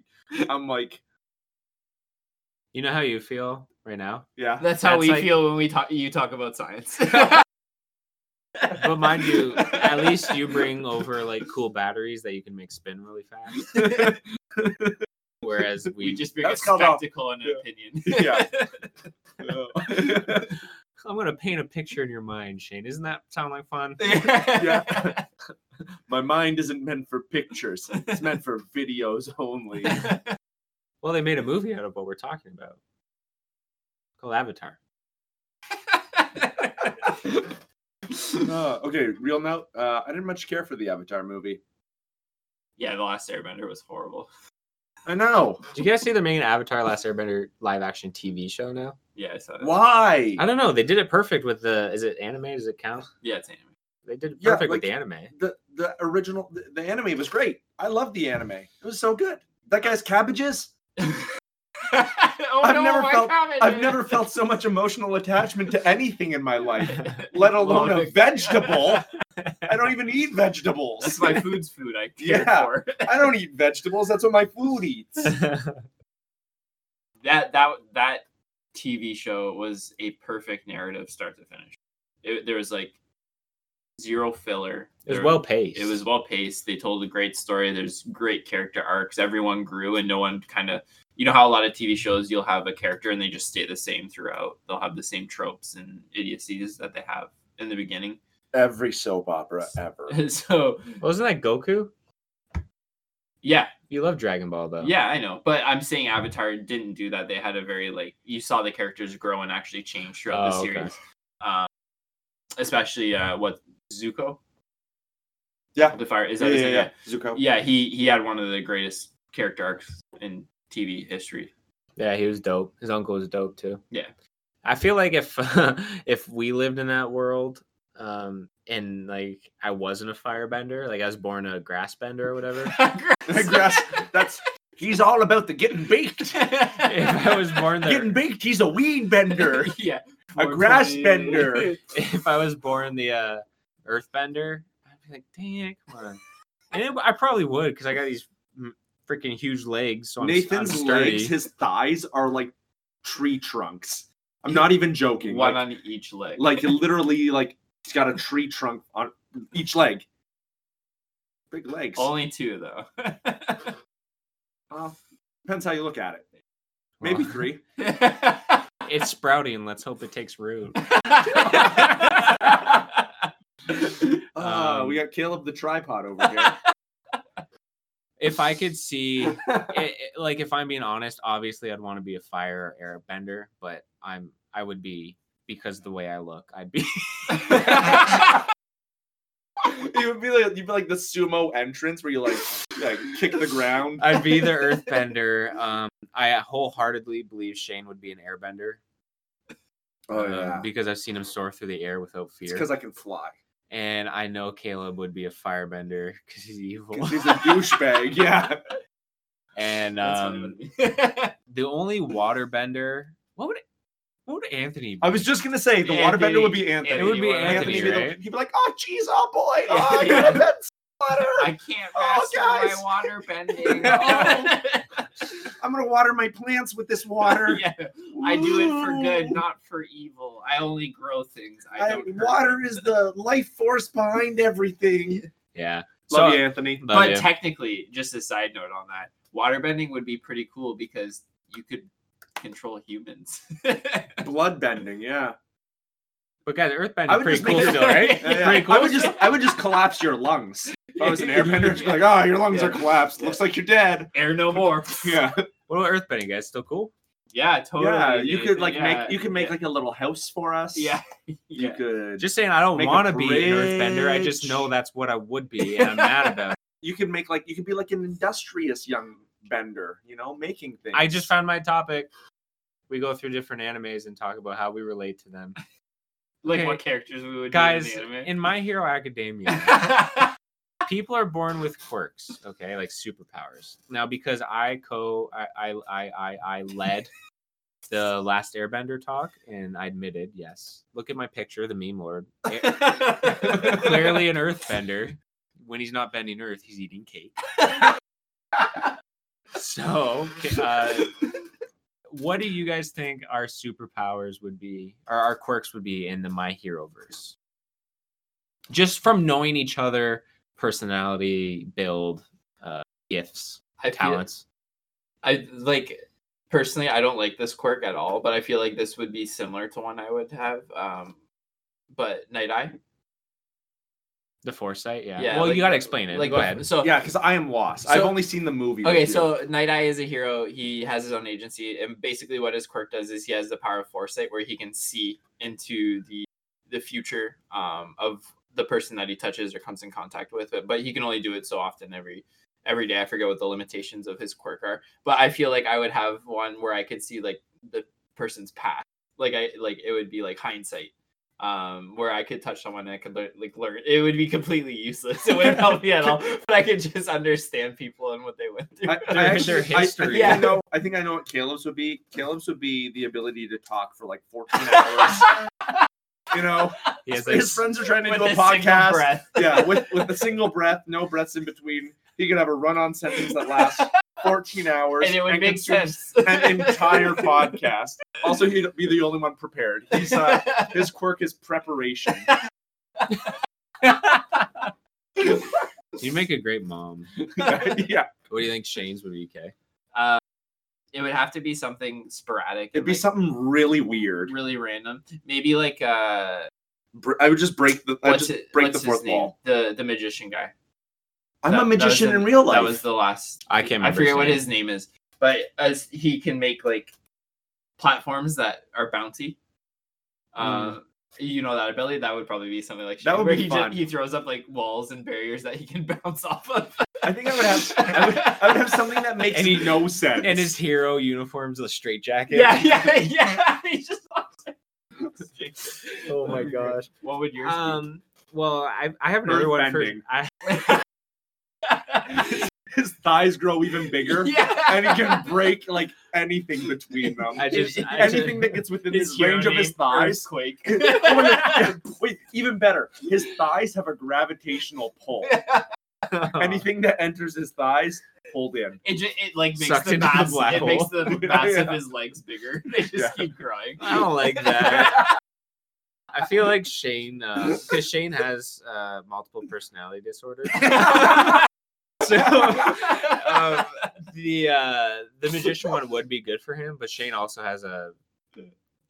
I'm like
you know how you feel right now
yeah.
That's how
That's
we
like-
feel when we talk. You talk about science.
but mind you at least you bring over like cool batteries that you can make spin really fast whereas we,
we just bring a
That's called a-
spectacle and an opinion.
Yeah.
i'm gonna paint a picture in your mind shane isn't that sound like fun
Yeah. My mind isn't meant for pictures. It's meant for videos only.
well they made a movie out of what we're talking about called avatar
Uh, okay, real note. Uh, I didn't much care for the Avatar movie.
yeah, the last Airbender was horrible.
I know.
Did you guys see they're making an Avatar Last Airbender live action TV show now?
Yeah, I saw that.
Why?
I don't know. They did it perfect with the. Is it anime? Does it count?
Yeah, it's anime.
They did it
Yeah,
perfect with
like-
the anime.
The the original the, the anime was great. I loved the anime. It was so good. That guy's cabbages.
oh,
I've never
my
felt-
cabbage
I've
is-
never felt so much emotional attachment to anything in my life, let alone a vegetable. I don't even eat
That's
vegetables.
my food's food. I care
Yeah.
for
I don't eat vegetables. That's what my food eats.
that. That that TV show was a perfect narrative, start to finish. It, there was like zero filler.
It was
There-
well paced.
It was well paced. They told a great story. There's great character arcs. Everyone grew, and no one kind of. You know how a lot of TV shows you'll have a character and they just stay the same throughout. They'll have the same tropes and idiocies that they have in the beginning.
Every soap opera ever.
so
Wasn't that Goku?
yeah,
You love Dragon Ball though.
Yeah, I know, but I'm saying Avatar didn't do that. They had a very like you saw the characters grow and actually change throughout the
Oh, okay.
series, um, especially uh, what Zuko.
Yeah.
the fire is
Yeah,
that his
yeah,
name?
yeah. Zuko.
yeah. Yeah, he he had one of the greatest character arcs in TV history.
Yeah, he was dope. His uncle was dope too.
Yeah.
I feel like if if we lived in that world, um, and like I wasn't a firebender, like I was born a grassbender or whatever.
grass. That's He's all about the getting baked.
if I was born
getting
the
baked, he's a weed bender.
yeah.
A grass
420.
bender.
if I was born the uh, Earthbender, I'd be like, dang it, come on. And it, I probably would because I got these mm, freaking huge legs. So I'm,
Nathan's
i sturdy.
legs, his thighs are like tree trunks. I'm not even joking.
One
like,
on each leg.
like literally, like he's got a tree trunk on each leg. Big legs.
only two though.
Uh, depends how you look at it. Maybe three.
it's sprouting. Let's hope it takes root.
Uh,
Um,
we got Caleb the tripod over here.
If I could see, it, it- like, if I'm being honest, obviously I'd want to be a fire or airbender, but I'm I would be because the way I look, I'd be.
it would be like you'd be like the sumo entrance where you like, like kick the ground.
I'd be the earthbender. Um, I wholeheartedly believe Shane would be an airbender.
Oh,
um, because I've seen him soar through the air without fear.
because I can fly.
and I know Caleb would be a firebender because he's evil.
'Cause he's a douchebag. Yeah.
and
That's what it
um,
would be.
the only waterbender, what would it, what would Anthony? Be?
I was just gonna say the waterbender would be Anthony.
it would be Anthony,
Anthony, the-
right?
he'd be like, "Oh, geez, oh boy, oh, I
Yeah.
got a pet splatter.
I can't
Oh,
master
guys.
my water bending. Oh.
I'm gonna water my plants with this water.
yeah, I do it for good, not for evil. I only grow things. I
I-
don't. hurt
water
them.
is the life force behind everything."
Yeah.
Love
so,
you, Anthony.
love
But
you.
technically, just a side note on that, waterbending would be pretty cool because you could control humans.
Blood bending, yeah.
but guys, earthbender
I would
pretty
just make
cool
it-
still, right?
Yeah, yeah.
Pretty cool.
I would just, I would just collapse your lungs. If I was an airbender, just be like, "Oh, your lungs are
Yeah.
collapsed. Looks like you're dead."
Air no more.
Yeah,
What about earthbending, guys? Still cool?
Yeah, totally.
yeah. You
dude.
could like
Yeah,
make, you could make
yeah.
like a little house for us.
yeah.
you
yeah.
could
Just saying, I don't
Make a
want to be an earthbender. I just
bridge.
know that's what I would be, and I'm mad about. it.
you could make like you could be like an industrious young bender, you know, making things.
I just found my topic. We go through different animes and talk about how we relate to them.
Like
Okay.
what characters we would
Guys,
do in the anime.
in My Hero Academia, people are born with quirks, okay, like superpowers. Now, because I co I I I I, I led the last Airbender talk, and I admitted, yes. Look at my picture, the meme lord. A- Clearly, an Earthbender. When he's not bending Earth, he's eating cake. So, uh, what do you guys think our superpowers would be, or our quirks would be in the My Hero verse? Just from knowing each other, personality, build, uh, gifts,
I feel,
talents.
I like personally I don't like this quirk at all, but I feel like this would be similar to one I would have. Um but Night Eye.
The foresight, yeah.
Yeah,
well,
like-
you gotta explain it.
Like
Go ahead.
So
yeah, because I am lost. I've
So-
only seen the movie.
Okay,
with you.
so Night Eye is a hero. He has his own agency, and basically, what his quirk does is he has the power of foresight, where he can see into the the future um, of the person that he touches or comes in contact with. But, but he can only do it so often every every day. I forget what the limitations of his quirk are. But I feel like I would have one where I could see like the person's past. Like I like it would be like hindsight. Um, where I could touch someone and I could learn, like learn, it would be completely useless. It wouldn't help me at all, but I could just understand people and what they went through.
I, I
their
actually, I- I, think
history.
I
Yeah.
know. I think I know what Caleb's would be. Caleb's would be the ability to talk for like 14 hours. you know,
He has, like,
his friends are trying to
With
do a
a single
podcast.
breath.
Yeah, with with a single breath, no breaths in between. He could have a run-on sentence that lasts 14 hours
and it would make
consume
sense.
an entire podcast. Also, he'd be the only one prepared. He's uh, His quirk is preparation.
you make a great mom.
yeah,
What do you think Shane's would be, Kay?
Uh, it would have to be something sporadic.
it'd
and,
be
like,
something really weird.
really random. Maybe like uh,
Br- I would just break the. I
what's
just
it-
break the
what's
fourth
his name?
wall.
The the magician guy.
I'm
That- that
a
was
magician in, real life.
That was the last.
I can't
I
remember
forget what
name.
his name is, but as he can make like platforms that are bouncy. Uh, you know that ability. That would probably be something like
That would
where
be
he
fun.
Just, he throws up like walls and barriers that he can bounce off of.
I think I would have. I would, I would have something that makes
And he-
no sense.
And his hero uniform's a straight jacket.
Yeah, yeah, yeah. He just walks in.
Oh my gosh.
What would yours
Um,
Um. Well, I I have another one for
Earthbending.
I,
be?
his thighs grow even bigger,
yeah.
and he can break like anything between them.
I just I just-
anything that gets within his range of his thighs. Oh,
Earthquake.
Or the- Wait, even better, his thighs have a gravitational pull. Anything that enters his thighs, pulled in.
It, ju- it like makes
Sucked
the
into the
mass,
black
it makes
hole.
the
Yeah,
mass of
yeah.
his legs bigger. They just
Yeah.
keep growing.
I don't like that. I feel like Shane, because Shane has uh, multiple personality disorder. so um, the uh, the magician one would be good for him, but Shane also has a. Do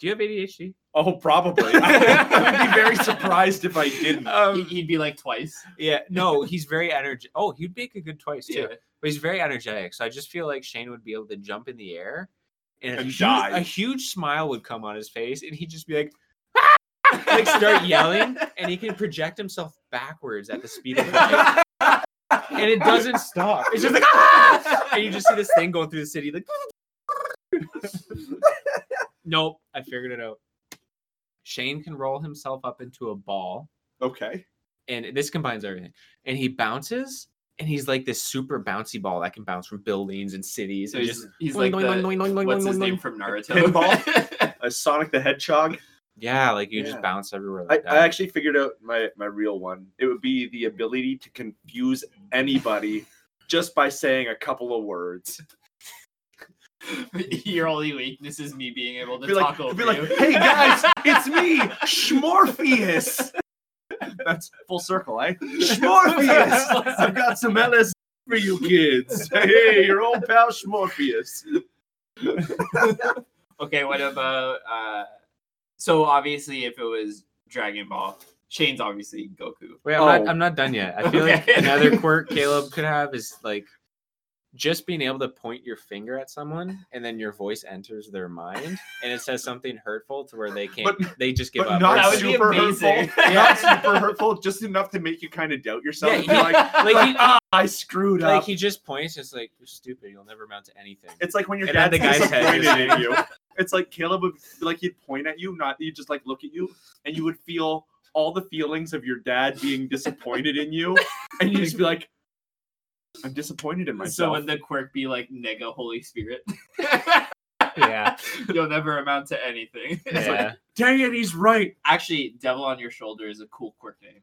you have ADHD?
Oh, probably. I would be very surprised if I didn't.
He- He'd be like twice.
yeah, no, he's very energetic. Oh, he'd make a good twice too,
Yeah.
but he's very energetic. So I just feel like Shane would be able to jump in the air, and, a,
And
huge,
die.
a huge smile would come on his face, and he'd just be like, like start yelling, and he can project himself backwards at the speed of light.
"Ah!"
and it doesn't stop. It's just like, "Ah!" and you just see this thing going through the city, like. nope, I figured it out. Shane can roll himself up into a ball,
Okay.
and this combines everything. And he bounces, and he's like this super bouncy ball that can bounce from buildings and cities.
So
and
he's,
just
he's like
"Oing,
the-
oing, oing, oing, oing,
what's
oing,
his
oing,
name
oing."
from Naruto?
Pinball? A Sonic the Hedgehog.
Yeah, like you
Yeah.
just bounce everywhere.
I,
Like
I
that.
actually figured out my, my real one. It would be the ability to confuse anybody just by saying a couple of words.
Your only weakness is me being able to
Be like,
talk over
be like,
you.
hey guys, it's me, Schmorpheus. That's full circle, eh? Schmorpheus. I've got some LS for you kids. Hey, your old pal Schmorpheus.
Okay, what about uh so obviously if it was Dragon Ball, Shane's obviously Goku.
Wait, I'm,
Oh.
not, I'm not done yet. I feel like
Okay.
another quirk Caleb could have is like just being able to point your finger at someone and then your voice enters their mind and it says something hurtful to where they can't, they just give
but
up.
not
Or
That would
it's-
be
super
amazing.
hurtful. Not super hurtful, just enough to make you kind of doubt yourself.
Yeah,
and be
yeah.
like,
like,
like,
he, uh,
ah, I screwed
like
up.
he just points, it's like, you're stupid. You'll never amount to anything.
It's like when your
And then
dad's
the guy's head
disappointed
just-
in you. It's like Caleb would like he'd point at you, not he'd just like look at you, and you would feel all the feelings of your dad being disappointed in you, and you would just be like, "I'm disappointed in
So
myself."
would the quirk be like nega Holy Spirit?
yeah.
You'll never amount to anything. It's like-
Yeah.
Dang it, he's right.
actually, Devil on Your Shoulder is a cool quirk name.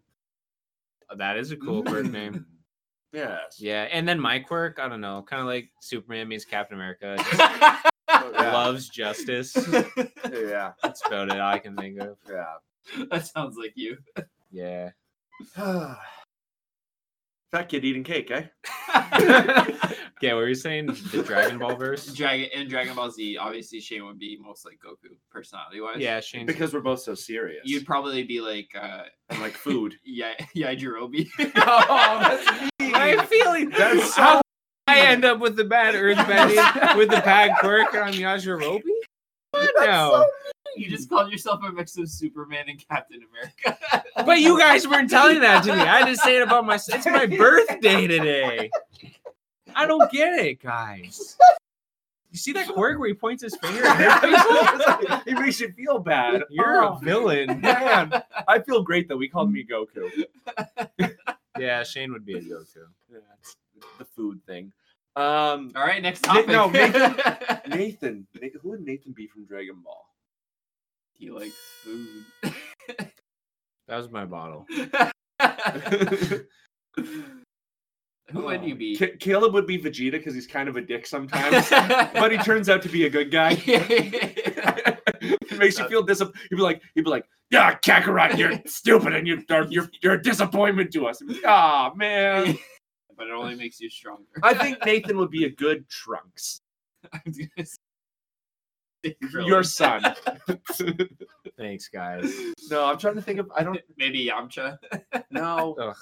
That is a cool quirk name.
Yes.
Yeah. And then my quirk, I don't know, kind of like Superman means Captain America. just
yeah.
Oh, Loves justice.
Yeah.
That's about it I can think of.
That sounds like you.
Yeah.
Yeah. Fat kid eating cake, eh?
Okay, what were you saying? The Dragon Ball verse?
Dragon in Dragon Ball Z, obviously Shane would be most like Goku personality wise.
Yeah, Shane's
Because we're both so serious.
You'd probably be like uh
and like food.
yeah, yeah, Jirobi.
my feeling.
That's so-
How I end up with the bad earth bending with the bad quirk and I'm Yajirobe. What now?
You just called yourself a mix of Superman and Captain America.
but you guys weren't telling that to me. I had to say it about myself. It's my birthday today. I don't get it, guys. You see that quirk where he points his finger at your face?
it makes you feel bad.
You're a
Oh,
villain.
man. I feel great that we called me Goku.
Yeah, Shane would be a Goku.
Yeah, it's the food thing. Um,
All right, next
Nick-
topic.
no, Nick- Nathan, Na- who would Nathan be from Dragon Ball?
he likes food.
That was my bottle.
Who would you be?
Ca- Caleb would be Vegeta because he's kind of a dick sometimes, but he turns out to be a good guy. it makes you feel disappointed. He'd be like, he'd be like, yeah, Kakarot, you're stupid and you're you're you're a disappointment to us. Ah, man.
but it only makes you stronger.
I think Nathan would be a good Trunks,
I was gonna say Krillin.
your son.
Thanks, guys.
no, I'm trying to think of. I don't
Maybe Yamcha.
know.
Ugh.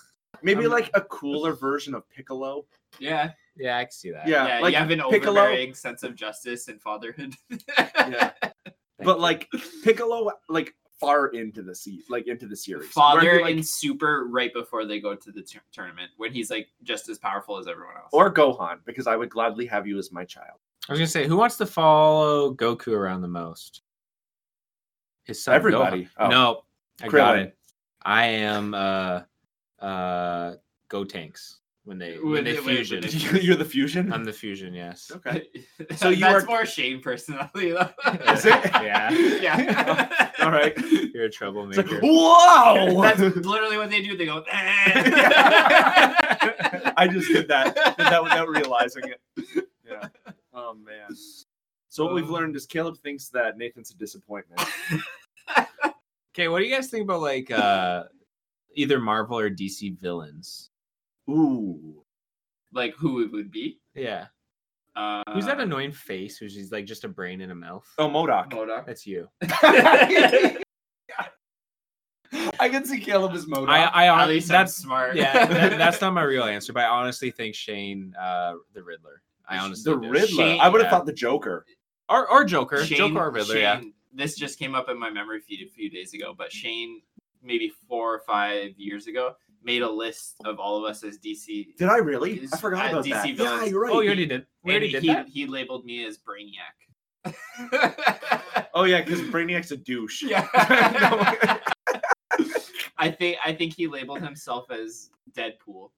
Maybe
I'm-
like a cooler version of Piccolo.
Yeah,
Yeah, I can see that.
Yeah,
yeah.
like
you have an
Piccolo-
overbearing sense of justice and fatherhood.
yeah. but like Piccolo, like far into the se- like into the series,
father
Where, like,
in Super right before they go to the tur- tournament when he's like just as powerful as everyone else.
or Gohan, because I would gladly have you as my child.
I was gonna say, who wants to follow Goku around the most? His son.
Everybody.
Gohan.
Oh.
No, I got
Krillin.
it. I am uh uh Gotenks. when they
When
when they
they- when-
fusion.
when they-
Oh. You're the fusion.
I'm the fusion. Yes.
okay.
So
So
you
you
that's
are-
more Shane personality. though.
Is it?
Yeah.
yeah.
All right.
You're a
It's like,
troublemaker.
whoa!
That's literally what they do. They go. "Eh."
Yeah. I just did that without, without realizing it. Yeah. Oh man. So what we've
Um.
learned is Caleb thinks that Nathan's a disappointment.
Okay, what do you guys think about like uh either Marvel or DC villains?
Ooh.
like who it would be.
Yeah.
Uh,
Who's that annoying face who's just like just a brain and a mouth?
Oh, Modoc.
Modoc.
That's you.
I can see Caleb as Modoc.
I I
At
hon-
least that's
that's
smart.
yeah, that, that's not my real answer, but I honestly think Shane uh the Riddler. I honestly
the
do.
Riddler.
Shane-
I would have
yeah.
thought the Joker.
or or Joker.
Shane-
Joker or Riddler, yeah.
Shane- This just came up in my memory feed a few days ago, but Shane, maybe four or five years ago, made a list of all of us as DC.
Did I really?
Is-
I forgot
uh,
about
DC
that. Yeah,
villains.
you're right.
Oh, you already did. We
and
already
he,
did that.
he labeled me as Brainiac.
Oh yeah, because Brainiac's a douche.
yeah. I think I think he labeled himself as Deadpool.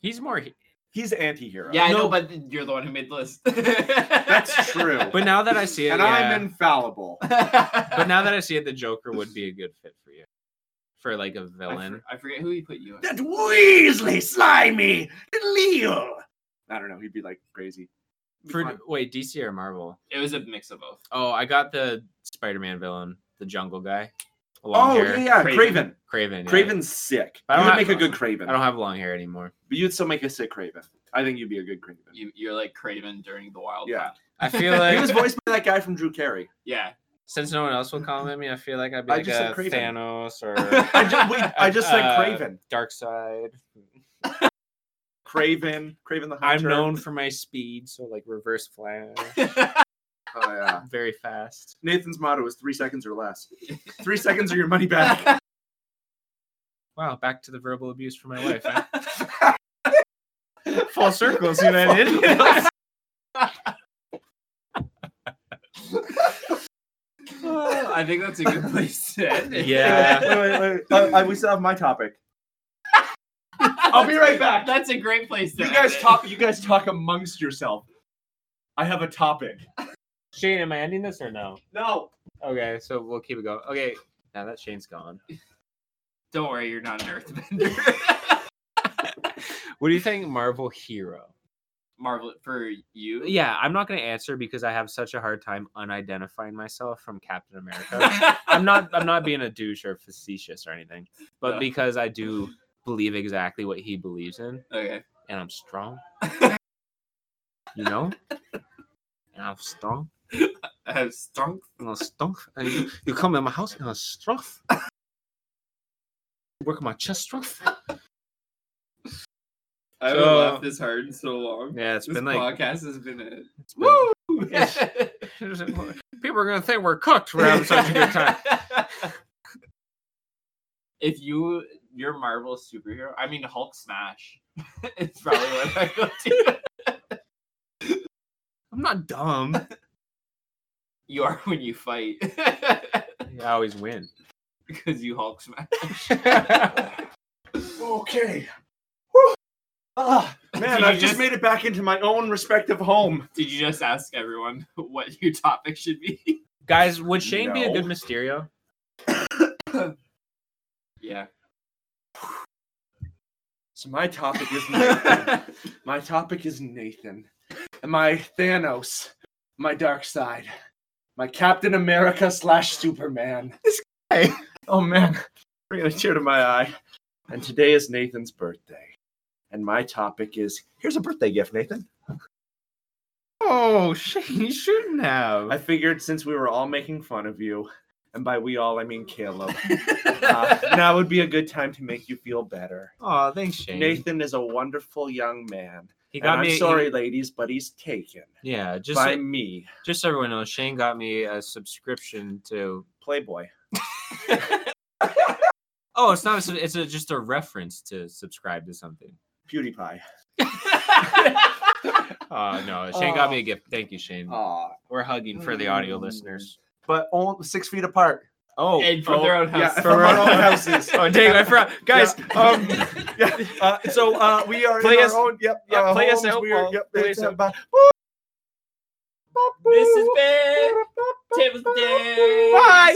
He's more he-
He's anti-hero.
Yeah, I know,
No.
but th- you're the one who made the list. That's
true.
But now that I see it,
and
yeah.
I'm infallible.
but now that I see it, the Joker would be a good fit for you. For like a
I,
villain.
for- I forget who he put you in.
That Weasley, slimy, Leo. I don't know. He'd be like crazy. Be
For,
fine.
wait, DC or Marvel?
It was a mix of both.
Oh, I got the Spider-Man villain, the jungle guy. Long
oh
hair.
yeah, yeah,
Craven.
Craven.
Craven. yeah.
Craven's sick.
I
I
don't
would
have-
make a good Craven,
I don't have long hair anymore.
but you'd still make a sick Craven. I think you'd be a good Craven.
You, you're like Craven during the Wild.
Yeah.
Hunt.
I feel
He was
like
voiced by that guy from Drew Carey.
yeah.
since no one else will comment me, I feel like I'd be
I
like
just said
a
Craven.
Thanos or
I just, wait, I just said
uh,
Craven.
Dark Side.
Craven. Craven the
I'm
Hunter.
known for my speed, so like reverse flash,
Oh, yeah.
very fast.
Nathan's motto is three seconds or less. Three seconds or your money back.
Wow, back to the verbal abuse for my wife. eh? Full circle, see what I did?
Oh, I think that's a good place to end. it.
Yeah.
wait, wait, wait. Uh, uh, we still have my topic. I'll be right back.
That's a great place to
You
end
guys
it.
talk. You guys talk amongst yourself. I have a topic.
Shane, am I ending this or no?
No.
Okay, so we'll keep it going. Okay, now that Shane's gone.
Don't worry, you're not an earthbender.
What do you think, Marvel hero?
Marvel for you.
Yeah, I'm not gonna answer because I have such a hard time unidentifying myself from Captain America.
I'm
I'm not. I'm not being a douche or facetious or anything, but
No.
because I do believe exactly what he believes in,
okay.
and I'm strong. You know, and I'm strong.
I have stunk.
And I'm strong. And you, you come in my house and I'm strong. Work my chest strong.
I haven't
So-
laughed this hard in so long.
Yeah, it's
this
been like
podcast has been a
it's been- people are gonna think we're cooked. We're having such a good time.
If you you're Marvel superhero, I mean Hulk smash. it's probably what I go to.
I'm not dumb.
You are when you fight
I always win.
because you Hulk smash.
Okay. Whew. Ah, man,
you
I just
just-
made it back into my own respective home.
Did you just ask everyone what your topic should be?
Guys, would Shane be a
No.
good Mysterio?
Yeah.
So my topic is Nathan. my topic is Nathan. And my Thanos. My dark side. My Captain America slash Superman. This guy. Oh man. Bringing a tear to my eye. And today is Nathan's birthday. And my topic is here's a birthday gift, Nathan.
Oh, Shane, you shouldn't have.
I figured since we were all making fun of you, and by we all I mean Caleb, uh, now would be a good time to make you feel better.
oh, thanks, Shane.
Nathan is a wonderful young man.
he
and
got
I'm
me.
sorry, ladies, but he's taken
he- yeah, just
by
so,
me,
just so everyone knows, Shane got me a subscription to.
Playboy.
Oh, it's not. A, sub- it's a, just a reference to subscribe to something.
PewDiePie.
Oh no, Shane got me a
Oh.
gift. Thank you, Shane.
Aw.
We're hugging for the audio
Mm.
listeners.
But only six feet apart.
Oh,
And for
oh,
their own
yeah,
house.
for our own houses.
oh, dang, I forgot, guys.
Yeah.
Um,
yeah. Uh, so uh, we are
Play
in
us-
our own. Yep.
yeah,
uh,
play us
homes.
out,
We are,
Paul.
yep.
Play
it's uh,
us out.
about-
This is bad. Tim's dead.
Bye.